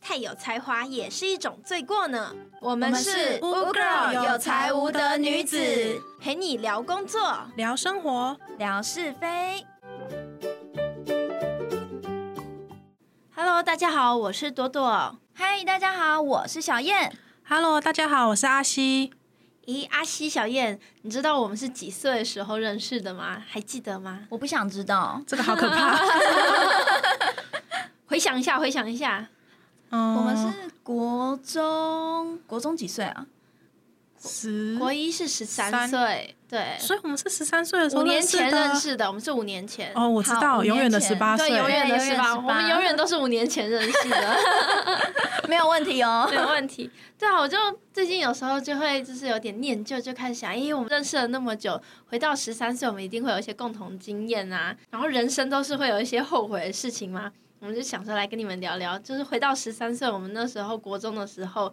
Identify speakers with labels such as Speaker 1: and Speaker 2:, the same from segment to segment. Speaker 1: 再哎有才华也是一种罪过呢。我们
Speaker 2: 是乌 girl 有才无德女子
Speaker 1: 陪你聊工作、
Speaker 2: 聊生活，
Speaker 1: 聊是非。Hello，大家好，我是朵朵。嗨，大家好，我是小燕。
Speaker 2: Hello，大家好，我是阿西。
Speaker 1: 咦，阿西、小燕，你知道我们是几岁的时候认识的吗？还记得吗？
Speaker 3: 我不想知道，
Speaker 2: 这个好 可怕。
Speaker 1: 回想一下，回想一下，
Speaker 2: 嗯
Speaker 1: 哦
Speaker 3: 我们是国中，国中几岁啊？
Speaker 2: 十
Speaker 1: 国一是十三
Speaker 2: 三
Speaker 1: 岁，对，
Speaker 2: 所以我们是十三岁的时候
Speaker 1: 五年前认
Speaker 2: 的。
Speaker 1: 识的，我们是五年前。
Speaker 2: 哦，我知
Speaker 3: 好
Speaker 2: 道，
Speaker 3: 五
Speaker 2: 永远的
Speaker 3: 年
Speaker 2: 十
Speaker 3: 前
Speaker 2: 八岁
Speaker 1: 对，，啊永远的
Speaker 3: 对
Speaker 1: 是吧？
Speaker 3: 永远是吧
Speaker 1: 我们永远都是五年前认识 的，
Speaker 3: 没有问题哦。
Speaker 1: 没有问题。对啊，我就最近有时候就会就是有点念旧，就开始想，诶，我们认识了那么久，回到十三岁，我们一定会有一些共同经验啊。然后人生都是会有一些后悔的事情嘛，我们就想说来跟你们聊聊，就是回到十三岁，我们那时候国中的时候，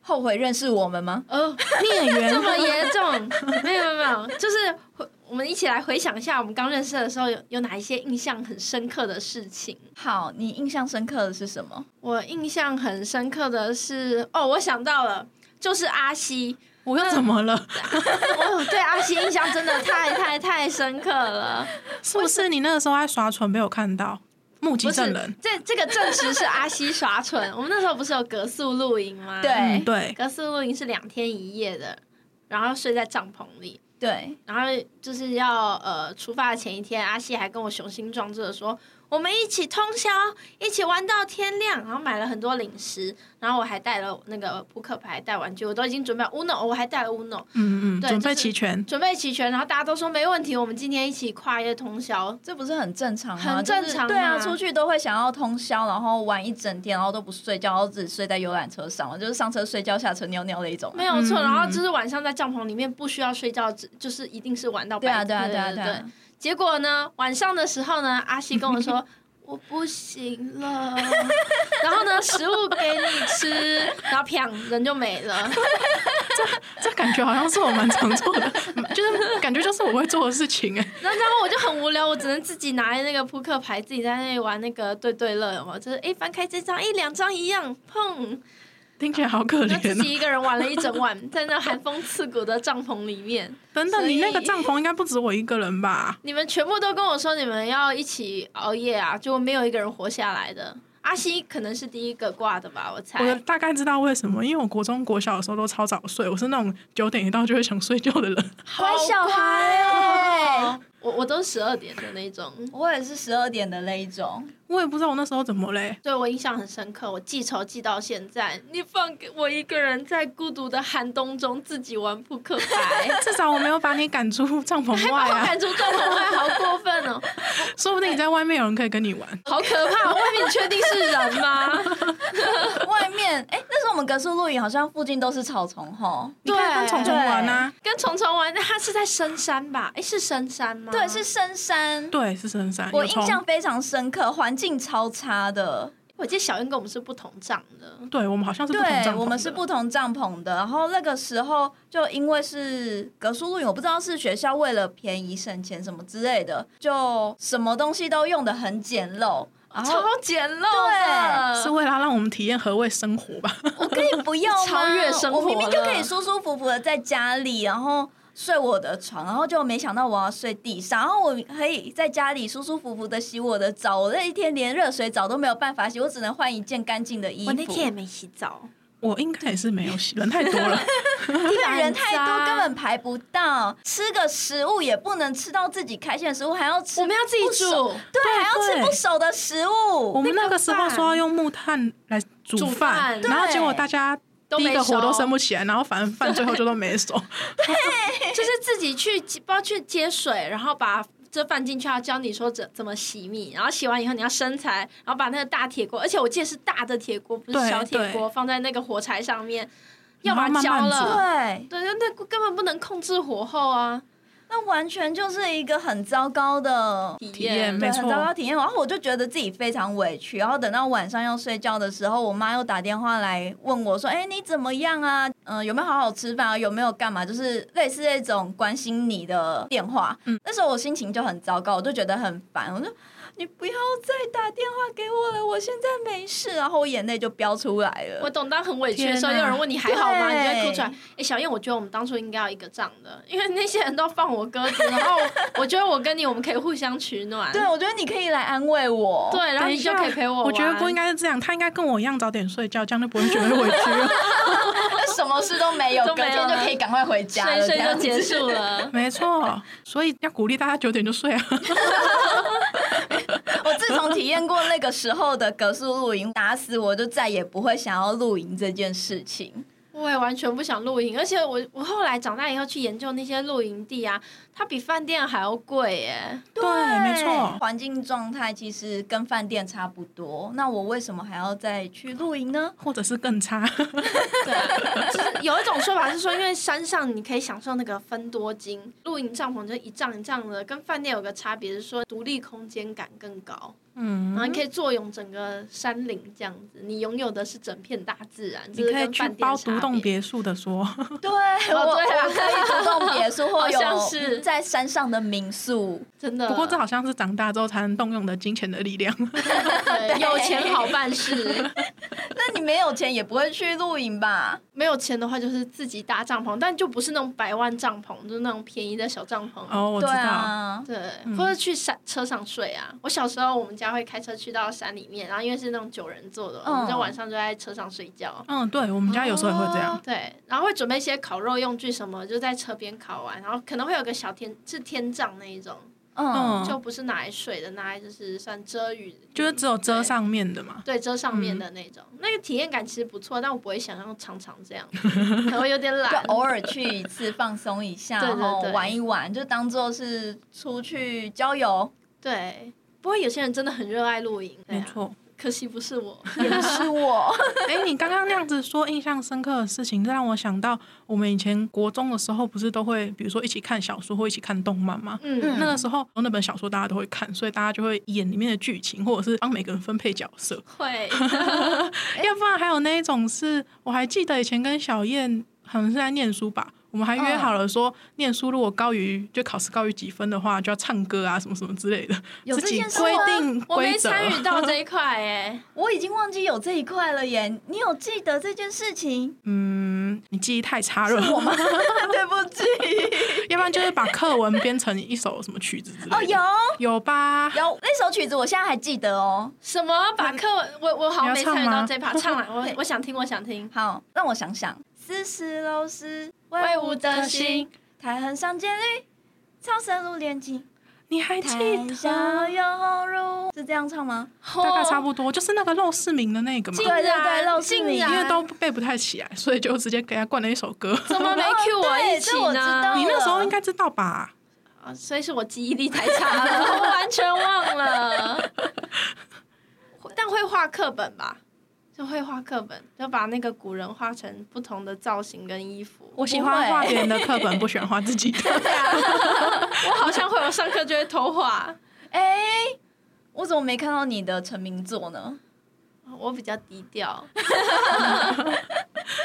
Speaker 3: 后悔认识我们吗？
Speaker 1: 呃，
Speaker 2: 孽 缘
Speaker 1: 这么严重？没有没有没有，就是回我们一起来回想一下，我们刚认识的时候有有哪一些印象很深刻的事情。
Speaker 3: 好，你印象深刻的是什么？
Speaker 1: 我印象很深刻的是，哦，我想到了，就是阿西，
Speaker 2: 我又 怎么了？
Speaker 1: 我对阿西印象真的太太太深刻 了。
Speaker 2: 是不是你那个时候还耍蠢被我看到？目击
Speaker 1: 不
Speaker 2: 证
Speaker 1: 是
Speaker 2: 人，，
Speaker 1: 这这个证实是阿西耍蠢。我们那时候不是有格宿露营吗？
Speaker 3: 对
Speaker 2: 嗯，对，
Speaker 1: 格宿露营是两天一夜的，然后睡在帐篷里。
Speaker 3: 对，
Speaker 1: 然后就是要呃出发的前一天，阿西还跟我雄心壮志的说，我们一起通宵，一起玩到天亮，然后买了很多零食，然后我还带了那个扑克牌、带玩具，我都已经准备好 uno，我还带了 uno，
Speaker 2: 嗯嗯，
Speaker 1: 对
Speaker 2: 准
Speaker 1: 就
Speaker 2: 备
Speaker 1: 是
Speaker 2: 齐全。
Speaker 1: 准备齐全，然后大家都说没问题，我们今天一起跨夜通宵，
Speaker 3: 这不是很正常吗？
Speaker 1: 很正常啊
Speaker 3: 就是对啊，出去都会想要通宵，然后玩一整天，然后都不睡觉，然后只睡在游览车上，就是上车睡觉，下车尿尿的一种啊。
Speaker 1: 没有错。
Speaker 2: 嗯
Speaker 1: 然后就是晚上在帐篷里面不需要睡觉，只就是一定是玩到白
Speaker 3: 对啊，对啊，
Speaker 1: 对
Speaker 3: 对啊，对
Speaker 1: 对
Speaker 3: 啊。
Speaker 1: 结果呢，晚上的时候呢，阿西跟我 说。我不行了， 然后呢，食物给你吃， 然后啪，人就没了。
Speaker 2: 这感觉好像是我蛮常做 的，嗯就是感觉就是我会做的事情哎。
Speaker 1: 然后然后我就很无聊，我只能自己拿那个扑克牌，自己在那里玩那个对对乐，有没有就是哎，翻开这张，哎，两张一样，砰，
Speaker 2: 听起来好可
Speaker 1: 然后自
Speaker 2: 怜哦。
Speaker 1: 己一个人玩了一整晚，在那寒风刺骨的帐篷里面。
Speaker 2: 等等，
Speaker 1: 所以
Speaker 2: 你那个帐篷应该不止我一个人吧？
Speaker 1: 你们全部都跟我说你们要一起熬夜啊，结果没有一个人活下来的。阿西可能是第一个挂的吧，我猜。
Speaker 2: 我大概知道为什么，因为我国中、国小的时候都超早睡，我是那种九点一到就会想睡觉的人。
Speaker 1: 好
Speaker 3: 乖小孩哦！
Speaker 1: 我我都十二点的那种，
Speaker 3: 我也是十二点的那一种，
Speaker 2: 我也不知道我那时候怎么嘞，。
Speaker 1: 对我印象很深刻。我记仇记到现在，你放给我一个人在孤独的寒冬中自己玩扑 克牌
Speaker 2: 至少我没有把你赶出帐篷
Speaker 1: 还把
Speaker 2: 外
Speaker 1: 我
Speaker 2: 啊，
Speaker 1: 赶出帐篷外，好过分哦！
Speaker 2: 说不定你在外面有人可以跟你玩。
Speaker 1: 好可怕！外面确定是人吗？
Speaker 3: 外面哎，那时候我们格树露营好像附近都是草丛吼。
Speaker 2: 你可以跟虫虫玩啊，
Speaker 1: 跟虫虫玩，那他是在深山吧？哎，是深山吗？
Speaker 3: 对，是深山。
Speaker 2: 对，是深山。
Speaker 3: 我
Speaker 2: 有
Speaker 3: 印
Speaker 2: 虫
Speaker 3: 象，非常深刻，环境超差的。
Speaker 1: 我记得小燕跟我们是不同帐的。
Speaker 2: 对我们好像是不同帐
Speaker 3: 对，
Speaker 2: 篷，
Speaker 3: 我们是不。同帐篷的。然后那个时候就因为是格数露营，我不知道是学校为了便宜省钱什么之类的，就什么东西都用的很简陋。
Speaker 2: 啊
Speaker 3: 然后
Speaker 1: 超简陋的，
Speaker 2: 是为了让我们体验何谓生活吧？
Speaker 3: 我可以不要吗
Speaker 1: 超越生活
Speaker 3: 我明明就可
Speaker 1: 了
Speaker 3: 以舒舒服服的在家里，然后睡我的床，然后就没想到我要睡地上，然后我可以在家里舒舒服服的洗我的澡。我那一天连热水澡都没有办法洗，我只能换一件干净的衣服。
Speaker 1: 我那天也没洗澡，
Speaker 2: 我应该也是没有洗，人太多了。
Speaker 1: 地
Speaker 3: 因为人太
Speaker 1: 很
Speaker 3: 多，
Speaker 1: 脏
Speaker 3: 根本排不到，吃个食物也不能吃到自己开心的食物，还要吃
Speaker 1: 我们要自己煮。
Speaker 3: 对，
Speaker 2: 对
Speaker 3: 还要吃不熟的食
Speaker 2: 我
Speaker 3: 物。
Speaker 2: 们那个时候说要用木炭来煮
Speaker 1: 煮
Speaker 2: 饭
Speaker 1: 饭，
Speaker 2: 然后
Speaker 3: 对
Speaker 2: 结果大家
Speaker 1: 都
Speaker 2: 第
Speaker 1: 没
Speaker 2: 一个火都
Speaker 1: 熟
Speaker 2: 生不起来，然后反正饭最后就都没熟。
Speaker 1: 就是自己去不知道去接水，然后把这放进去，要教你说怎怎么洗米，然后洗完以后你要生柴，然后把那个大铁锅，而且我记得是大的铁锅，不是
Speaker 2: 对
Speaker 1: 小铁锅，放在那个火柴上面，要
Speaker 2: 然后
Speaker 1: 把它
Speaker 2: 慢
Speaker 1: 焦
Speaker 2: 慢
Speaker 1: 了。
Speaker 3: 对，
Speaker 1: 对，那那根本不能控制火候啊！
Speaker 3: 那完全就是一个很糟糕的
Speaker 1: 体
Speaker 2: 体验
Speaker 3: 对
Speaker 2: 没错
Speaker 3: 很糟糕体验。然后我就觉得自己非常委屈。然后等到晚上要睡觉的时候，我妈又打电话来问我说：“哎、你怎么样啊？嗯、嗯、有没有好好吃饭啊，有没有干嘛，就是类似那种关心你的电话。那时候我心情就很糟糕，我就觉得很烦，我就你不要再打电话给我了，我现在没事，然后我眼泪就飙出来 了。
Speaker 1: 我懂，当很委屈的时候，
Speaker 2: 天哪
Speaker 1: 有人问你还好吗，你
Speaker 3: 对
Speaker 1: 就会哭出来。哎、小燕，我觉得我们当初应该要一个这样的，因为那些人都放我鸽子，然后我 我觉得我跟你我们可以互相取暖。
Speaker 3: 对，我觉得你可以来安慰我。
Speaker 1: 对，然后
Speaker 2: 等一
Speaker 1: 你就
Speaker 2: 下
Speaker 1: 可以陪我玩。
Speaker 2: 我觉得不应该是这样，他应该跟我一样早点睡觉，这样就不会觉得委 屈了。
Speaker 3: 什么事 都没有，
Speaker 1: 都
Speaker 3: 隔
Speaker 1: 没有
Speaker 3: 天就可以赶快回家
Speaker 1: 睡一睡
Speaker 3: 了，这
Speaker 1: 就
Speaker 3: 样子
Speaker 1: 结束了。
Speaker 2: 没错，所以要鼓励大家九点就睡啊。
Speaker 3: 我自从体验过那个时候的格数露营，打死我就再也不会想要露营这件事情。
Speaker 1: 我也完全不想露营，而且我我后来长大以后去研究那些露营地啊，它比饭店还要贵耶。
Speaker 2: 对，没错。
Speaker 3: 环境状态其实跟饭店差不多，那我为什么还要再去露营 呢？
Speaker 2: 或者是更差，
Speaker 1: 对，就是有一种说法是说，因为山上你可以享受那个分多金，露营帐篷就一帐一帐的，跟饭店有个差别是说独立空间感更高，
Speaker 2: 嗯
Speaker 1: 然后你可以坐拥整个山林这样子，你拥有的是整片大自然，
Speaker 2: 你
Speaker 1: 这是
Speaker 2: 可以
Speaker 1: 跟
Speaker 2: 去
Speaker 1: 饭店
Speaker 2: 包
Speaker 1: 的
Speaker 2: 独
Speaker 1: 差
Speaker 2: 栋
Speaker 1: 别。
Speaker 2: 别墅的说，
Speaker 3: 对，我
Speaker 1: 对啊
Speaker 3: 我可以主动 别墅或
Speaker 1: 好像
Speaker 3: 有
Speaker 1: 是
Speaker 3: 在山上的民宿，
Speaker 1: 真的，
Speaker 2: 不过这好像是长大之后才能动用的金钱的力 量。
Speaker 1: 对有钱好办 事，
Speaker 3: 那你没有钱也不会去露营吧？
Speaker 1: 没有钱的话就是自己搭帐篷，但就不是那种百万帐篷，就是那种便宜的小帐篷。
Speaker 2: 哦，嗯我知
Speaker 3: 对
Speaker 2: 道，
Speaker 3: 啊，
Speaker 1: 对，或者去山车上睡啊。我小时候我们家会开车去到山里面，然后因为是那种九人座的，
Speaker 3: 嗯
Speaker 1: 我们就晚上就在车上睡觉。
Speaker 2: 嗯，对，我们家有时候也会这样。
Speaker 3: 哦
Speaker 1: 对，然后会准备一些烤肉用具什么，就在车边烤完，然后可能会有个小天是天帐那一种，
Speaker 3: 嗯，
Speaker 2: 嗯
Speaker 1: 就不是拿来睡的，拿来就是算遮雨，
Speaker 2: 就是只有遮上面的嘛。
Speaker 1: 对。对，遮上
Speaker 2: 嗯
Speaker 1: 面的那种，那个体验感其实不错，但我不会想要常常 这样，可能会有点
Speaker 3: 就
Speaker 1: 懒。
Speaker 3: 偶尔去一次放松一下，
Speaker 1: 对对
Speaker 3: 然后
Speaker 1: 对
Speaker 3: 玩一玩，就当做是出去 郊游。
Speaker 1: 对，不过有些人真的很热爱露营，对
Speaker 2: 没
Speaker 1: 啊，
Speaker 2: 错，
Speaker 1: 可惜不是 我。
Speaker 3: 也不是我，
Speaker 2: 哎、你刚刚那样子说印象深刻的事情，这让我想到我们以前国中的时候，不是都会比如说一起看小说或一起看动漫吗？
Speaker 1: 嗯，
Speaker 2: 那个时候那本小说大家都会看，所以大家就会演里面的剧情，或者是帮每个人分配角色。
Speaker 1: 会。
Speaker 2: 要不然还有那一种是，我还记得以前跟小燕好像是在念书吧，我们还约好
Speaker 3: 嗯
Speaker 2: 了说，念书如果高于就考试高于几分的话，就要唱歌啊什么什么之类的，
Speaker 3: 有
Speaker 2: 自
Speaker 3: 这
Speaker 2: 己
Speaker 3: 件事
Speaker 2: 规
Speaker 3: 吗
Speaker 2: 定
Speaker 1: 我没
Speaker 2: 规则。
Speaker 1: 参与到这一块 哎、
Speaker 3: 我已经忘记有这一块了耶。你有记得这件事情？
Speaker 2: 嗯，你记忆太差了，
Speaker 3: 对不起。
Speaker 2: 要不然就是把课文编成一首什么曲子之
Speaker 3: 哦，
Speaker 2: 类的。
Speaker 3: 有
Speaker 2: 有吧？
Speaker 3: 有那首曲子，我现在还记得哦。
Speaker 1: 什么把课文我我好像没参与到这一趴，唱来我
Speaker 3: 对
Speaker 1: 我想听我想听。
Speaker 3: 好，让我想想。丝丝楼是
Speaker 1: 威
Speaker 3: 威
Speaker 1: 武
Speaker 3: 武
Speaker 1: 的
Speaker 3: 的
Speaker 1: 心
Speaker 3: 心，苔痕上剑绿，超深入连襟，
Speaker 2: 你还记
Speaker 3: 谈笑
Speaker 2: 得？
Speaker 3: 有如，是这样唱吗？
Speaker 2: 大概差
Speaker 1: 多。
Speaker 2: 不多，就是那个陋室铭的那个嘛
Speaker 1: 竟，
Speaker 3: 对对对
Speaker 1: 然
Speaker 3: 陋室
Speaker 1: 竟
Speaker 3: 铭
Speaker 1: 然
Speaker 2: 因为都背不太起来，所以就直接给他灌了一首歌。
Speaker 1: 怎啊 么没 Q 我一起
Speaker 3: 对这我知
Speaker 1: 呢
Speaker 3: 道？啊
Speaker 2: 你那时候应该知道吧？
Speaker 1: 啊所以是我记忆力太差了， 我完全忘了。 但会画课本吧？就会画课本，就把那个古人画成不同的造型跟衣服。
Speaker 2: 我喜欢画别人的课本，不喜欢画自己的。
Speaker 1: 对啊，我好像会有上课就会偷画，
Speaker 3: 哎，我怎么没看到你的成名作呢？
Speaker 1: 我比较低调。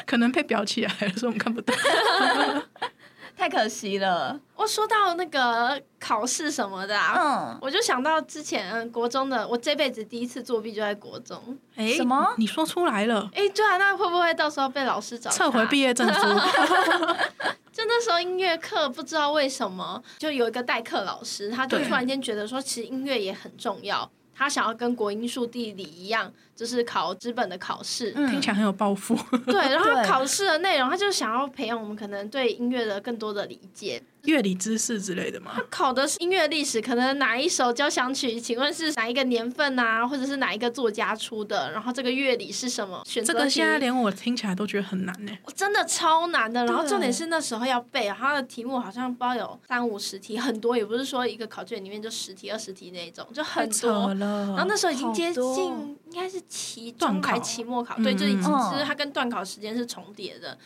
Speaker 2: 可能被裱起来了，所以我们看不到。
Speaker 3: 太可惜了。
Speaker 1: 我说到那个考试什么的啊，
Speaker 3: 嗯，
Speaker 1: 我就想到之前嗯国中的，我这辈子第一次作弊就在国中。
Speaker 2: 哎
Speaker 3: 什么
Speaker 2: 你说出来了？
Speaker 1: 哎，对啊，那会不会到时候被老师找
Speaker 2: 撤回
Speaker 1: 茬
Speaker 2: 毕业证书，
Speaker 1: 就那时候音乐课不知道为什么，就有一个代课老师，他就
Speaker 2: 对
Speaker 1: 突然间觉得说，其实音乐也很重要。他想要跟国英数地理一样，就是考纸本的考试，
Speaker 3: 嗯
Speaker 2: 听起来很有抱负。
Speaker 1: 对。然后他
Speaker 3: 对
Speaker 1: 考试的内容，他就想要培养我们可能对音乐的更多的理解。
Speaker 2: 乐理知识之类的嘛，
Speaker 1: 考的是音乐历史，可能哪一首交响曲，请问是哪一个年份啊，或者是哪一个作家出的？然后这个乐理是什么？选择
Speaker 2: 这个
Speaker 1: 题
Speaker 2: 现在连我听起来都觉得很难呢、
Speaker 1: 真的超难的。然后
Speaker 3: 对
Speaker 1: 重点是那时候要背，然后它的题目好像包有三五十题，很多，也不是说一个考卷里面就十题、二十题那一种，就
Speaker 2: 太
Speaker 1: 很
Speaker 2: 扯
Speaker 1: 多。
Speaker 2: 了。
Speaker 1: 然后那时候已经接
Speaker 3: 啊好多
Speaker 1: 近，应该是期中
Speaker 2: 段考
Speaker 1: 还期末考，
Speaker 2: 嗯
Speaker 1: 对，就已经
Speaker 3: 嗯
Speaker 1: 就是它跟段考时间是重叠的。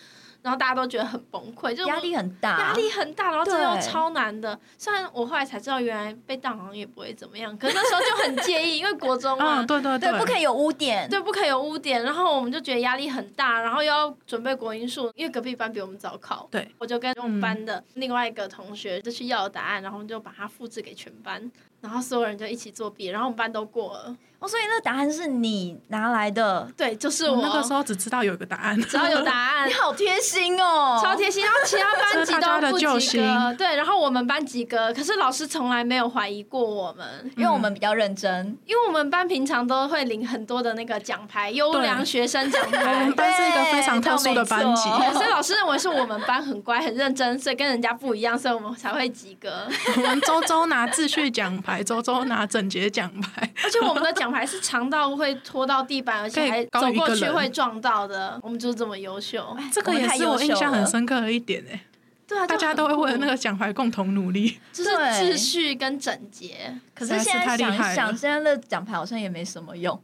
Speaker 1: 然后大家都觉得很崩溃，就是我
Speaker 3: 压力很大，
Speaker 1: 压力很大，然后真的
Speaker 3: 对
Speaker 1: 超难的。虽然我后来才知道，原来被当好像也不会怎么样，可是那时候就很介意，因为国中嘛，
Speaker 2: 嗯，对对
Speaker 3: 对，不可以有污点，
Speaker 1: 对，不可以有污点。然后我们就觉得压力很大，然后又要准备国英数，因为隔壁班比我们早考。
Speaker 2: 对，
Speaker 1: 我就跟我们
Speaker 2: 嗯
Speaker 1: 班的另外一个同学就去要答案，然后我们就把它复制给全班，然后所有人就一起作弊，然后我们班都过了。
Speaker 3: 哦，所以那答案是你拿来的，
Speaker 1: 对，就是
Speaker 2: 我
Speaker 1: 我
Speaker 2: 哦那个时候只知道有一个答案，
Speaker 1: 哦只要有 答案
Speaker 3: 你。好贴心 哦，
Speaker 1: 超贴心，然后其他班级
Speaker 2: 这是大家的
Speaker 1: 都不
Speaker 2: 救
Speaker 1: 及格，
Speaker 2: 星
Speaker 1: 对，然后我们班及格，可是老师从来没有怀疑过我们，
Speaker 3: 因为我们比较认真，
Speaker 1: 因为我们班平常都会领很多的那个奖牌，优
Speaker 2: 对
Speaker 1: 良学生奖
Speaker 2: 我
Speaker 1: 牌
Speaker 2: 们，班是一个非常特殊的班级
Speaker 3: 对倒没
Speaker 1: 哦
Speaker 3: 错
Speaker 1: 所以老师认为是我们班很乖、很认真，所以跟人家不一样，所以我们才会及格。
Speaker 2: 我们周周拿秩序奖牌，周周拿整洁奖牌，
Speaker 1: 而且我们的奖牌是长到会拖到地板，而且还
Speaker 2: 可以
Speaker 1: 走
Speaker 2: 高于一个
Speaker 1: 过去
Speaker 2: 人
Speaker 1: 会撞到的。我们就是这么优秀。
Speaker 2: 这个也是我印象很深刻的一点哎、
Speaker 1: 哎对啊，
Speaker 2: 大家都会为了那个奖牌共同努 力。
Speaker 1: 就很酷就是秩序跟整洁，
Speaker 3: 可
Speaker 2: 实
Speaker 3: 是
Speaker 2: 在
Speaker 3: 现
Speaker 2: 是
Speaker 3: 在
Speaker 2: 太厉
Speaker 3: 想
Speaker 2: 害
Speaker 3: 一
Speaker 2: 了
Speaker 3: 想，现在的奖牌好像也没什么用，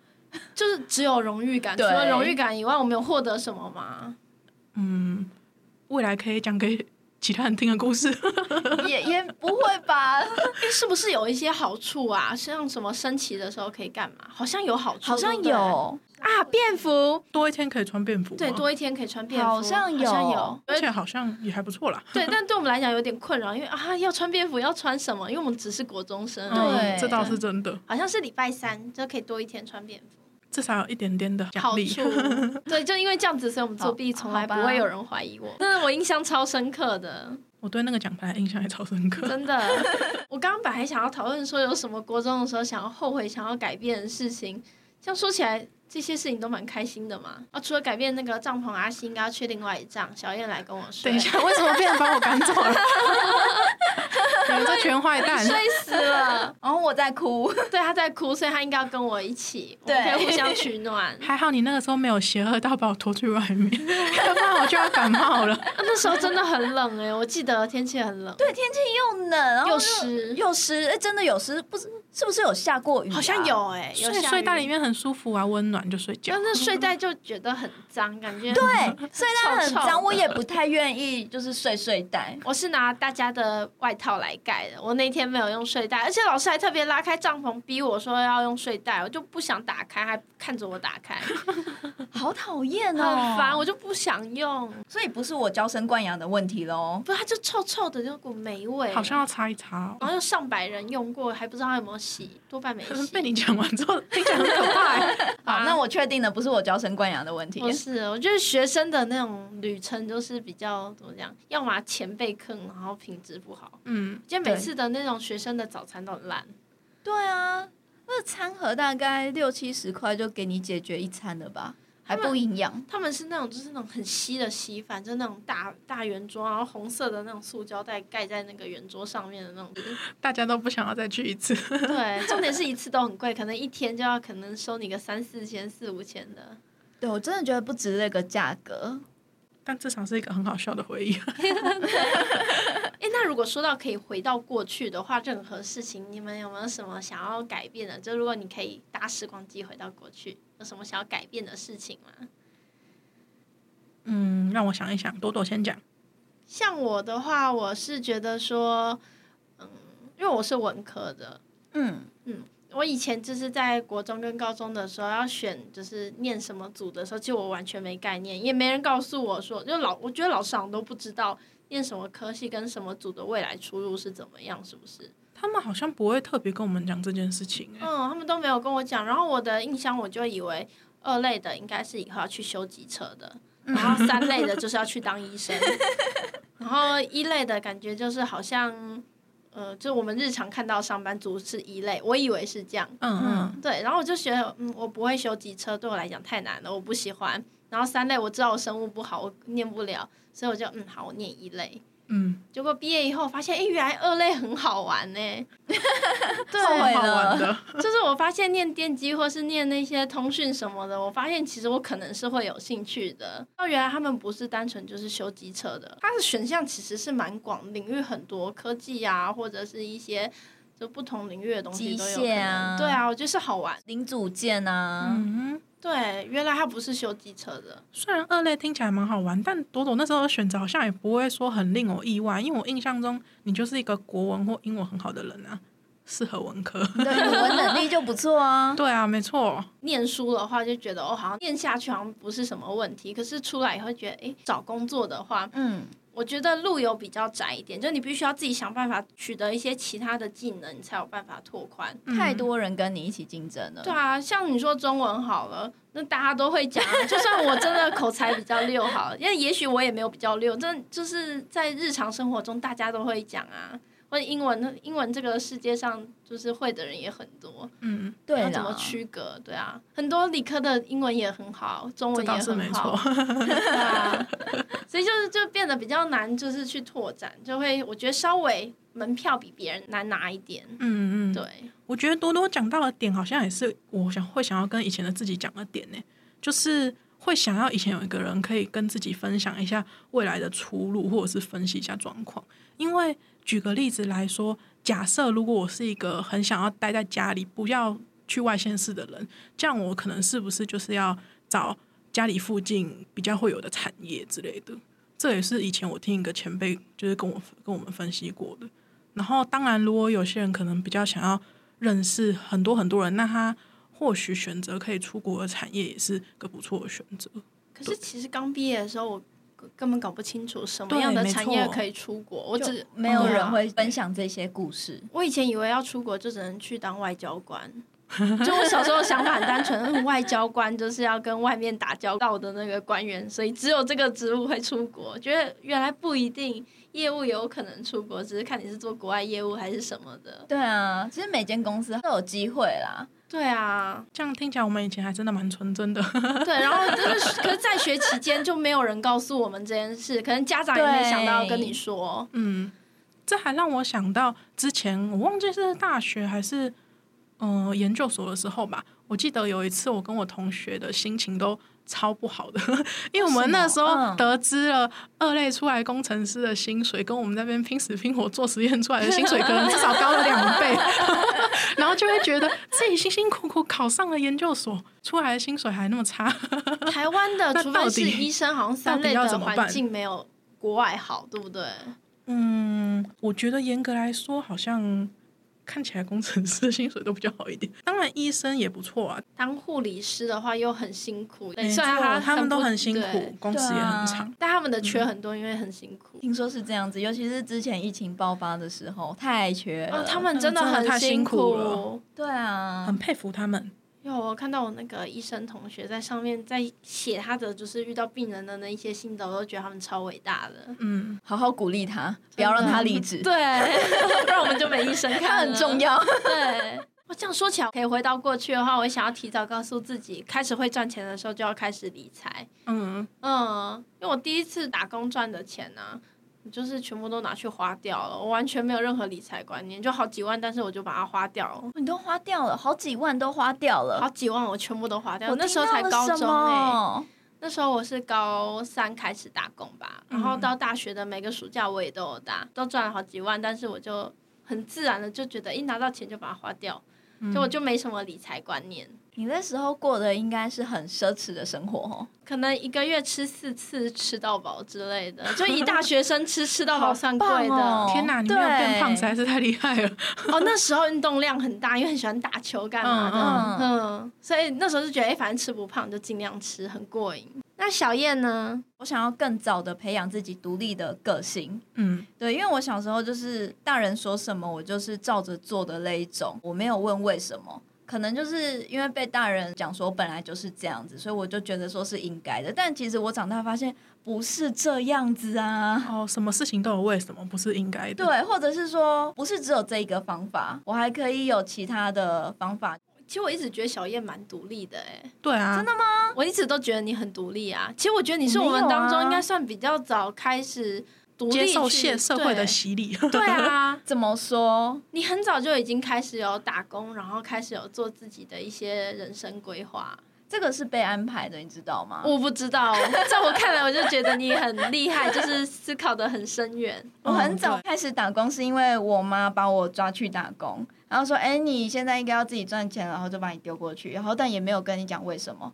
Speaker 1: 就是只有荣誉感。除
Speaker 3: 对
Speaker 1: 了荣誉感以外，我们有获得什么吗？
Speaker 2: 嗯，未来可以讲给其他人听的故事，
Speaker 3: 也也不会吧？
Speaker 1: 诶是不是有一些好处啊？像什么升旗的时候可以干嘛？好像有好处，
Speaker 3: 好像
Speaker 1: 对不对
Speaker 3: 有，
Speaker 1: 啊，便服，
Speaker 2: 多一天可以穿便服吗，
Speaker 1: 对，多一天可以穿便服，
Speaker 3: 好像有
Speaker 1: 好像有
Speaker 2: 而且好像也还不错啦。
Speaker 1: 对，但对我们来讲有点困扰，因为啊，要穿便服要穿什么？因为我们只是国中生而已，
Speaker 2: 嗯，这倒是真的，
Speaker 1: 好像是礼拜三就可以多一天穿便服，
Speaker 2: 至少有一点点的
Speaker 1: 好
Speaker 2: 奖 励。
Speaker 1: 处。对，就因为这样子，所以我们作弊
Speaker 3: 好
Speaker 1: 从来
Speaker 3: 好
Speaker 1: 不
Speaker 3: 吧
Speaker 1: 会有人怀疑我。那我印象超深刻的，
Speaker 2: 我对那个奖牌的印象也超深刻。
Speaker 1: 真的。我刚刚本来想要讨论说有什么国中的时候想要后悔、想要改变的事情，这样说起来。这些事情都蛮开心的嘛，啊，除了改变那个帐篷，阿星应该要去另外一帐，小燕来跟我睡，
Speaker 2: 等一 下，为什么变成把我赶走了？你们这群坏蛋！
Speaker 1: 累死了。
Speaker 3: 然后我在哭，
Speaker 1: 对，他在哭，所以他应该要跟我一起，我们
Speaker 3: 对
Speaker 1: 可以互相取 暖。啊
Speaker 2: 还好你那个时候没有邪恶到把我拖去外面， 要不然我就要感冒了。
Speaker 1: 那时候真的很冷哎、我记得天气很冷，
Speaker 3: 对，天气又冷，然后
Speaker 1: 又
Speaker 3: 就
Speaker 1: 湿
Speaker 3: 又湿，哎，真的有湿，不是是不是有下过雨啊？
Speaker 1: 好像有哎、有
Speaker 2: 所以
Speaker 1: 下
Speaker 2: 睡袋
Speaker 1: 雨
Speaker 2: 里，面很舒服啊，温暖就睡觉
Speaker 1: 但。是睡袋就嗯觉得很脏，感觉
Speaker 3: 对，睡袋哎很
Speaker 1: 臭臭的
Speaker 3: 脏，我也不太愿意就是睡睡袋。
Speaker 1: 我是拿大家的外套来盖的，我那天没有用睡袋，而且老师还特别拉开帐篷逼我说要用睡袋，我就不想打开，还看着我打开，
Speaker 3: 好讨厌
Speaker 1: 很
Speaker 3: 哦，
Speaker 1: 烦，我就不想用。
Speaker 3: 所以不是我娇生惯养的问题喽。
Speaker 1: 不，它就臭臭的，那股霉味，
Speaker 2: 好像要擦一擦哦、
Speaker 1: 然后又上百人用过，还不知道他有没有洗，多半没 洗。
Speaker 2: 被你讲完之后，听起来很可怕、欸。
Speaker 1: 啊
Speaker 3: 好，那我确定了，不是我娇生惯养的问题。
Speaker 1: 不哦是，我觉得学生的那种旅程就是比较怎么讲，要么钱被坑，然后品质不好。
Speaker 2: 嗯，
Speaker 1: 就每
Speaker 3: 对
Speaker 1: 次的那种学生的早餐都很烂，
Speaker 3: 对啊，那餐盒大概六七十块就给你解决一餐了吧，还不营养。
Speaker 1: 他们是那种就是那种很稀的稀饭，就那种大大圆桌，然后红色的那种塑胶袋盖在那个圆桌上面的那种。
Speaker 2: 大家都不想要再去一次。
Speaker 1: 对，重点是一次都很贵，可能一天就要可能收你个三四千、四五千的。
Speaker 3: 对我真的觉得不值那个价格。
Speaker 2: 但至少是一个很好笑的回忆。
Speaker 1: 诶，那如果说到可以回到过去的话，任何事情，你们有没有什么想要改变的？就如果你可以搭时光机回到过去，有什么想要改变的事情吗？
Speaker 2: 嗯，让我想一想，朵朵先讲。
Speaker 1: 像我的话，我是觉得说，嗯，因为我是文科的，
Speaker 3: 嗯，
Speaker 1: 我以前就是在国中跟高中的时候要选，就是念什么组的时候，其实我完全没概念，也没人告诉我说，就老我觉得老师好像都不知道念什么科系跟什么组的未来出路是怎么样，是不是？
Speaker 2: 他们好像不会特别跟我们讲这件事情、欸，
Speaker 1: 嗯，他们都没有跟我讲，然后我的印象我就以为二类的应该是以后要去修机车的，然后三类的就是要去当医生，然后一类的感觉就是好像，呃，就我们日常看到上班族是一类，我以为是这样，
Speaker 2: 嗯嗯，
Speaker 1: 对，然后我就觉得，嗯，我不会修机车，对我来讲太难了，我不喜欢。然后三类我知道我生物不好，我念不了，所以我就嗯好，我念一类。
Speaker 2: 嗯，
Speaker 1: 结果毕业以后发现，哎，原来二类很好玩呢、
Speaker 3: 后
Speaker 2: 蛮
Speaker 3: 悔
Speaker 1: 对，
Speaker 2: 好玩的。
Speaker 1: 就是我发现念电机或是念那些通讯什么的，我发现其实我可能是会有兴趣的。哦，原来他们不是单纯就是修机车的，它的选项其实是蛮广，领域很多，科技啊，或者是一些就不同领域的东西
Speaker 3: 机
Speaker 1: 都有可能。
Speaker 3: 械啊
Speaker 1: 对啊，我觉得是好玩。
Speaker 3: 零组件啊，
Speaker 2: 嗯，
Speaker 1: 对，原来他不是修机车的，
Speaker 2: 虽然二类听起来蛮好玩，但朵朵那时候的选择好像也不会说很令我意外，因为我印象中你就是一个国文或英文很好的人啊，适合文科。
Speaker 3: 对，语文能力就不 错啊。
Speaker 2: 对啊，没错，
Speaker 1: 念书的话就觉得哦，好像念下去好像不是什么问题，可是出来以后觉得，诶，找工作的话，
Speaker 3: 嗯，
Speaker 1: 我觉得路有比较窄一点，就你必须要自己想办法取得一些其他的技能，你才有办法拓宽。
Speaker 2: 嗯
Speaker 3: 太多人跟你一起竞争了。
Speaker 1: 对啊，像你说中文好了，那大家都会讲啊。就算我真的口才比较溜好了，因为也许我也没有比较溜，但就是在日常生活中大家都会讲啊。或者英文，英文这个世界上就是会的人也很多，
Speaker 2: 嗯，
Speaker 3: 对
Speaker 1: 要
Speaker 3: 啦
Speaker 1: 怎么区隔？对啊，很多理科的英文也很好，中
Speaker 2: 这
Speaker 1: 文也
Speaker 2: 倒是没
Speaker 1: 很好
Speaker 2: 错，。
Speaker 1: 对啊， 所以就是就变得比较难，就是去拓展，就会我觉得稍微门票比别人难拿一点。
Speaker 2: 嗯嗯，
Speaker 1: 对，
Speaker 2: 我觉得多多讲到的点，好像也是我想会想要跟以前的自己讲的点呢、就是会想要以前有一个人可以跟自己分享一下未来的出路，或者是分析一下状况。因为举个例子来说，假设如果我是一个很想要待在家里，不要去外县市的人，这样我可能是不是就是要找家里附近比较会有的产业之类的？这也是以前我听一个前辈就是跟我跟我们分析过的。然后，当然，如果有些人可能比较想要认识很多很多人，那他或许选择可以出国的产业也是个不错的选择。
Speaker 1: 可是其实刚毕业的时候，我根本搞不清楚什么
Speaker 2: 对
Speaker 1: 样的
Speaker 2: 没
Speaker 1: 产
Speaker 2: 错
Speaker 1: 业可以出国，我
Speaker 3: 就
Speaker 1: 只
Speaker 3: 没有
Speaker 1: 对啊
Speaker 3: 人会分享这些故事。
Speaker 1: 我以前以为要出国就只能去当外交官， 就我小时候想法很单纯，嗯外交官就是要跟外面打交道的那个官员，所以只有这个职务会出国。觉得原来不一定，业务有可能出国，只是看你是做国外业务还是什么的。
Speaker 3: 对啊，其实每间公司都有机会啦。
Speaker 1: 对啊，
Speaker 2: 这样听起来，我们以前还真的蛮纯真的。
Speaker 1: 对，然后就是，可是在学期间就没有人告诉我们这件事，可能家长也没想到要跟你说。
Speaker 2: 嗯，这还让我想到之前我忘记是大学还是嗯、呃研究所的时候吧。我记得有一次，我跟我同学的心情都超不好的， 因为我们那时
Speaker 3: 为什么
Speaker 2: 候
Speaker 3: 嗯
Speaker 2: 得知了二类出来工程师的薪水，跟我们那边拼死拼活做实验出来的薪水，可能至少高了两倍， 然后就会觉得自己辛辛苦苦考上了研究所，出来的薪水还那么差。
Speaker 1: 嗯台湾的，
Speaker 2: 那
Speaker 1: 除
Speaker 2: 到
Speaker 1: 非
Speaker 2: 底
Speaker 1: 是医生，好像三类
Speaker 2: 到底要
Speaker 1: 的
Speaker 2: 怎么办
Speaker 1: 环境没有国外好，对不对？
Speaker 2: 嗯，我觉得严格来说，好像看起来工程师的薪水都比较好一点。当然，医生也不错啊，
Speaker 1: 当护理师的话又很辛苦，
Speaker 2: 没
Speaker 1: 虽
Speaker 2: 错，
Speaker 1: 然他
Speaker 2: 他们都
Speaker 1: 不
Speaker 2: 很辛
Speaker 1: 对
Speaker 2: 苦，工嗯时也很长。
Speaker 1: 但他们的缺很多，因为很辛苦。
Speaker 3: 啊听说是这样子，尤其是之前疫情爆发的时候，太缺了。
Speaker 1: 哦，他们
Speaker 2: 嗯
Speaker 1: 真的
Speaker 2: 真的
Speaker 1: 很
Speaker 2: 太辛苦
Speaker 1: 苦
Speaker 2: 了。
Speaker 3: 对啊
Speaker 2: 很，佩服他们，
Speaker 1: 有我看到我那个医生同学在上面在写他的，就是遇到病人的那一些心得，我都觉得他们超伟大的。
Speaker 2: 嗯，
Speaker 3: 好好鼓励他，不要让他离职，
Speaker 1: 对， 不然我们就没医生
Speaker 3: 他
Speaker 1: 看。
Speaker 3: 很重。要。
Speaker 1: 对，我哦这样说起来，可以回到过去的话，我也想要提早告诉自己，开始会赚钱的时候就要开始理财。
Speaker 2: 嗯，
Speaker 1: 嗯，因为我第一次打工赚的钱呢、我就是全部都拿去花掉了，我完全没有任何理财观念，就好几万，但是我就把它花掉了。
Speaker 3: 你都花掉了，好几万都花掉
Speaker 1: 好
Speaker 3: 了。
Speaker 1: 几万我全部都花掉，
Speaker 3: 我
Speaker 1: 那时候才
Speaker 3: 听到
Speaker 1: 高
Speaker 3: 了什
Speaker 1: 中哎、
Speaker 3: 么？
Speaker 1: 那时候我是高三开始打工吧，然
Speaker 3: 嗯
Speaker 1: 后到大学的每个暑假我也都有打，都赚了好几万，但是我就很自然的就觉得一拿到钱就把它花掉，
Speaker 3: 嗯
Speaker 1: 就我就没什么理财观念，
Speaker 3: 你那时候过的应该是很奢侈的生活哦。
Speaker 1: 可能一个月吃四次吃到饱之类的，就以大学生吃吃到饱算
Speaker 3: 好棒
Speaker 1: 贵的。
Speaker 3: 哦
Speaker 2: 天哪，你没有变胖
Speaker 3: 对
Speaker 2: 实在是太厉害了，
Speaker 1: 哦，那时候运动量很大，因为很喜欢打球干嘛的，
Speaker 2: 嗯
Speaker 3: 嗯，
Speaker 1: 嗯，所以那时候就觉得，哎、反正吃不胖就尽量吃，很过瘾。那小燕呢？
Speaker 3: 我想要更早的培养自己独立的个性。
Speaker 2: 嗯，
Speaker 3: 对，因为我小时候就是大人说什么，我就是照着做的那一种，我没有问为什么。可能就是因为被大人讲说我本来就是这样子，所以我就觉得说是应该的。但其实我长大发现不是这样子啊，
Speaker 2: 哦，什么事情都有为什么，不是应该的，，
Speaker 3: 对，或者是说不是只有这一个方法，我还可以有其他的方法。
Speaker 1: 其实我一直觉得小燕蛮独立的、哎、
Speaker 2: 对啊，真的吗？
Speaker 1: 我一直都觉得你很独立啊。其实我觉得你是
Speaker 3: 我
Speaker 1: 我
Speaker 3: 没有啊
Speaker 1: 们当中应该算比较早开始独立
Speaker 2: 接受
Speaker 1: 去
Speaker 2: 现社会的洗礼， 哦
Speaker 1: 对。对啊，
Speaker 3: 怎么说？
Speaker 1: 你很早就已经开始有打工，然后开始有做自己的一些人生规划。
Speaker 3: 这个是被安排的，你知道吗？
Speaker 1: 我不知道，在我看来，我就觉得你很厉害，就是思考的很深远。
Speaker 3: 我很早
Speaker 1: 哦
Speaker 2: 嗯
Speaker 3: 开始打工，是因为我妈把我抓去打工，然后说：“哎、你现在应该要自己赚钱，然后就把你丢过去。”然后但也没有跟你讲为什么，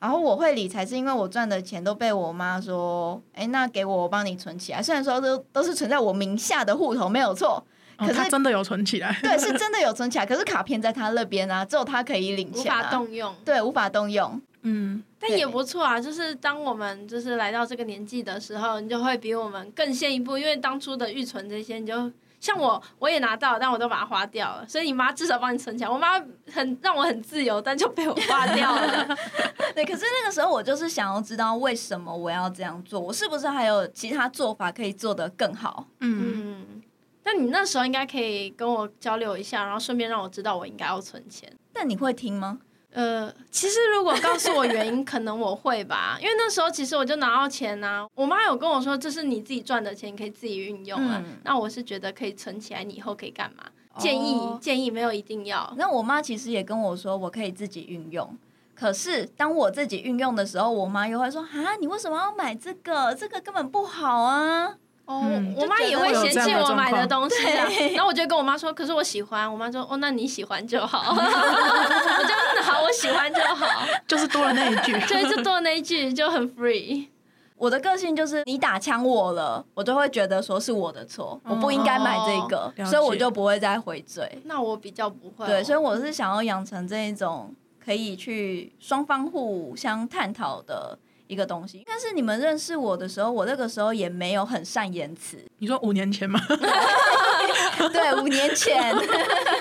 Speaker 3: 然后我会理财，是因为我赚的钱都被我妈说，哎，那给我，我帮你存起来。虽然说都都是存在我名下的户头，没有错，可
Speaker 2: 哦，
Speaker 3: 是
Speaker 2: 他真的有存起来，
Speaker 3: 对，是真的有存起来。可是卡片在她那边啊，只有她可以领
Speaker 1: 无
Speaker 3: 钱、
Speaker 1: 法
Speaker 3: 啊，
Speaker 1: 动用。
Speaker 3: 对，无法动用。
Speaker 2: 嗯，
Speaker 1: 但也不错啊，就是当我们就是来到这个年纪的时候，你就会比我们更先一步，因为当初的预存这些，你就像我，我也拿到了，但我都把它花掉了，所以你妈至少帮你存起来。我妈很让我很自由，但就被我花掉了。
Speaker 3: 对，可是那个时候我就是想要知道为什么我要这样做，我是不是还有其他做法可以做得更好？
Speaker 2: 嗯，
Speaker 1: 嗯，那你那时候应该可以跟我交流一下，然后顺便让我知道我应该要存钱。
Speaker 3: 但你会听吗？
Speaker 1: 呃，其实如果告诉我原因，可能我会吧， 因为那时候其实我就拿到钱呐、我妈有跟我说，这是你自己赚的钱，可以自己运用啊。
Speaker 3: 嗯
Speaker 1: 那我是觉得可以存起来，你以后可以干嘛？建议、
Speaker 3: 哦
Speaker 1: 建议没有一定要。
Speaker 3: 那我妈其实也跟我说，我可以自己运用。可是当我自己运用的时候，我妈又会说：“啊，你为什么要买这个？这个根本不好啊
Speaker 1: 哦
Speaker 2: 嗯
Speaker 1: 我妈也会嫌弃我买的东西啊
Speaker 3: 就觉得。
Speaker 1: 然后我就跟我妈说，可是我喜欢。我妈说，哦，那你喜欢就好。我 就嗯好，我喜欢就好。
Speaker 2: 就是多了那一句，
Speaker 1: 所以就多那一句就很 free。！”
Speaker 3: 我的个性就是你打枪我了，我就会觉得说是我的错，我不应该买这个，
Speaker 2: 哦了解
Speaker 3: 所以我就不会再回嘴。
Speaker 1: 那我比较不会哦、
Speaker 3: 对，所以
Speaker 1: 以
Speaker 3: 我是想要养成这一种可以去双方互相探讨的一个东西。但是你们认识我的时候，我那个时候也没有很善言 辞。
Speaker 2: 你说五年前吗？
Speaker 3: 对，五年前，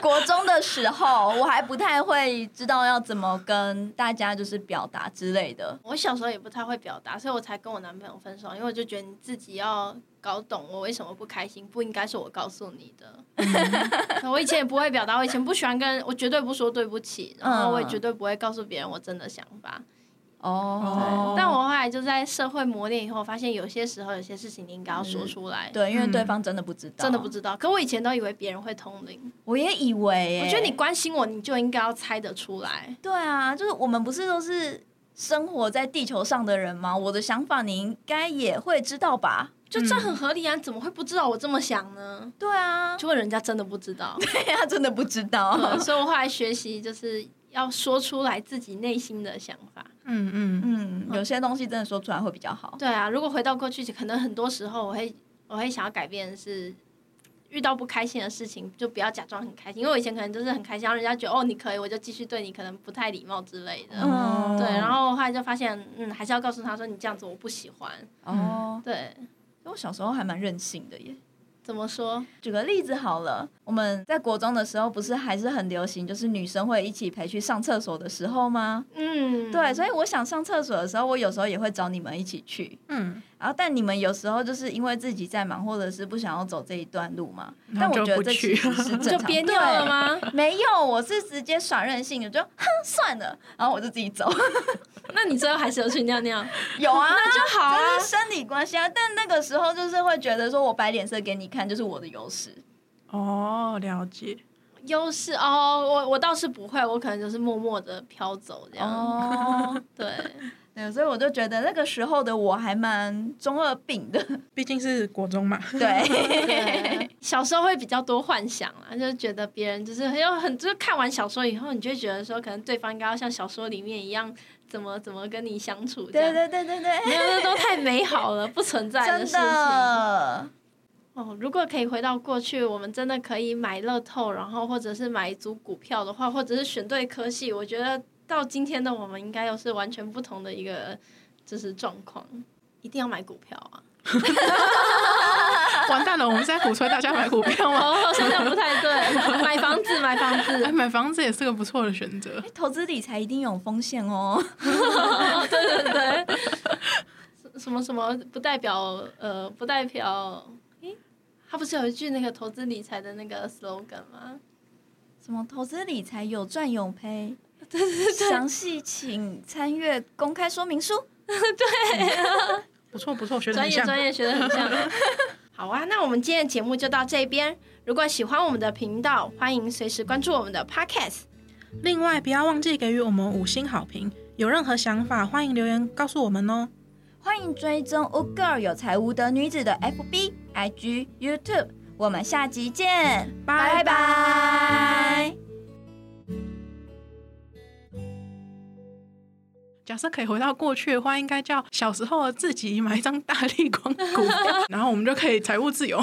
Speaker 3: 国中的时候，我还不太会知道要怎么跟大家就是表达之类的。
Speaker 1: 我小时候也不太会表达，所以我才跟我男朋友分手，因为我就觉得你自己要搞懂我为什么不开心，不应该是我告诉你的。
Speaker 3: 嗯
Speaker 1: 我以前也不会表达，我以前不喜欢跟，我绝对不说对不起，然后
Speaker 3: 嗯
Speaker 1: 我也绝对不会告诉别人我真的想法。
Speaker 3: 哦
Speaker 1: 但我后来就在社会磨练以后，发现有些时候有些事情你应该要说出来，
Speaker 3: 嗯对，啊因为对方真的不知道，
Speaker 1: 嗯真的不，知道。可我以前都以为别人会通灵，
Speaker 3: 我也以为欸、
Speaker 1: 我觉得你关心我，你就应该要猜得出来。
Speaker 3: 对啊，就是我们不是都是生活在地球上的人吗？我的想法你应该也会知道吧？
Speaker 1: 就这
Speaker 3: 嗯
Speaker 1: 很合理啊，怎么会不知道我这么想呢？
Speaker 3: 对啊，
Speaker 1: 就问人家真的不知道，
Speaker 3: 对啊，真的不知道。
Speaker 1: 对所以我后来学习就是要说出来自己内心的想法。
Speaker 2: 嗯嗯，
Speaker 3: 嗯，有些东西真的说出来会比较好。
Speaker 1: 对啊，如果回到过去，可能很多时候我会我会想要改变的是。遇到不开心的事情，就不要假装很开心，因为我以前可能就是很开心，让人家觉得哦你可以，我就继续对你可能不太礼貌之类的。
Speaker 3: 嗯
Speaker 1: 对，然后后来就发现，嗯，还是要告诉他说你这样子我不喜欢。
Speaker 3: 哦，
Speaker 1: 对，
Speaker 3: 我小时候还蛮任性的耶。
Speaker 1: 怎么说？
Speaker 3: 举个例子好了，我们在国中的时候不是还是很流行，就是女生会一起陪去上厕所的时候吗？
Speaker 1: 嗯，
Speaker 3: 对，所以我想上厕所的时候，我有时候也会找你们一起去。
Speaker 2: 嗯，
Speaker 3: 然后，但你们有时候就是因为自己在忙，或者是不想要走这一段路嘛。但
Speaker 2: 然后
Speaker 3: 我
Speaker 2: 就
Speaker 3: 觉得
Speaker 2: 不
Speaker 3: 这
Speaker 2: 去
Speaker 3: 其实是正
Speaker 1: 就
Speaker 3: 常的。
Speaker 1: 憋尿了吗？
Speaker 3: 对？没有，我是直接耍任性，我就哼算了，然后我就自己走。
Speaker 1: 那你最后还是有去尿尿？
Speaker 3: 有啊，
Speaker 1: 那 就好啊
Speaker 3: 这是生理关系啊。但那个时候就是会觉得说我摆脸色给你看，就是我的优势。
Speaker 2: 哦，了解，
Speaker 1: 优势哦，我我倒是不会，我可能就是默默的飘走这样。
Speaker 3: 哦，
Speaker 1: 对，
Speaker 3: 对，所以我就觉得那个时候的我还蛮中二病 的。
Speaker 2: 毕竟是国中嘛，
Speaker 3: 对，
Speaker 1: 对小时候会比较多幻想啊，就是觉得别人就是很有很，就是看完小说以后，你就会觉得说，可能对方应该要像小说里面一样，怎么怎么跟你相处这
Speaker 3: 对
Speaker 1: 样。
Speaker 3: 对对对对，
Speaker 1: 没有，那都太美好了，不存在的
Speaker 3: 真
Speaker 1: 事情。
Speaker 3: 的。
Speaker 1: 哦，如果可以回到过去，我们真的可以买乐透，然后或者是买一组股票的话，或者是选对科系，我觉得到今天的我们应该又是完全不同的一个就是状况。一定要买股票啊！
Speaker 2: 完蛋了，我们是在鼓吹大家买股 票吗？
Speaker 1: 哦，现在不太对， 买房子，买房
Speaker 2: 哎，
Speaker 1: 子，
Speaker 2: 买房子也是个不错的选择，
Speaker 3: 哎投资理财一定有风险哦，
Speaker 1: 对对对。什什么什么不代表呃不代表，诶，他不是有一句那个投资理财的那个 slogan 吗？
Speaker 3: 什么投资理财有赚有赔，对对对，详细请参阅公开说明书。
Speaker 2: 不错不错，学的
Speaker 1: 专
Speaker 2: 很
Speaker 1: 业
Speaker 2: 像，
Speaker 1: 专业学的很像。 好啊，那我们今天的节目就到这边。如果喜欢我们的频道，欢迎随时关注我们的 Podcast。
Speaker 2: 另外，不要忘记给予我们五星好评。有任何想法，欢迎留言告诉我们哦。
Speaker 3: 欢迎追踪 Wood Girl 有才无德女子的 FB、IG、YouTube，我们下集见，
Speaker 2: 拜拜
Speaker 3: 拜拜
Speaker 2: 假设可以回到过去的话，应该叫小 时候的自己买一张大力光股票，然后我们就可以财务自由。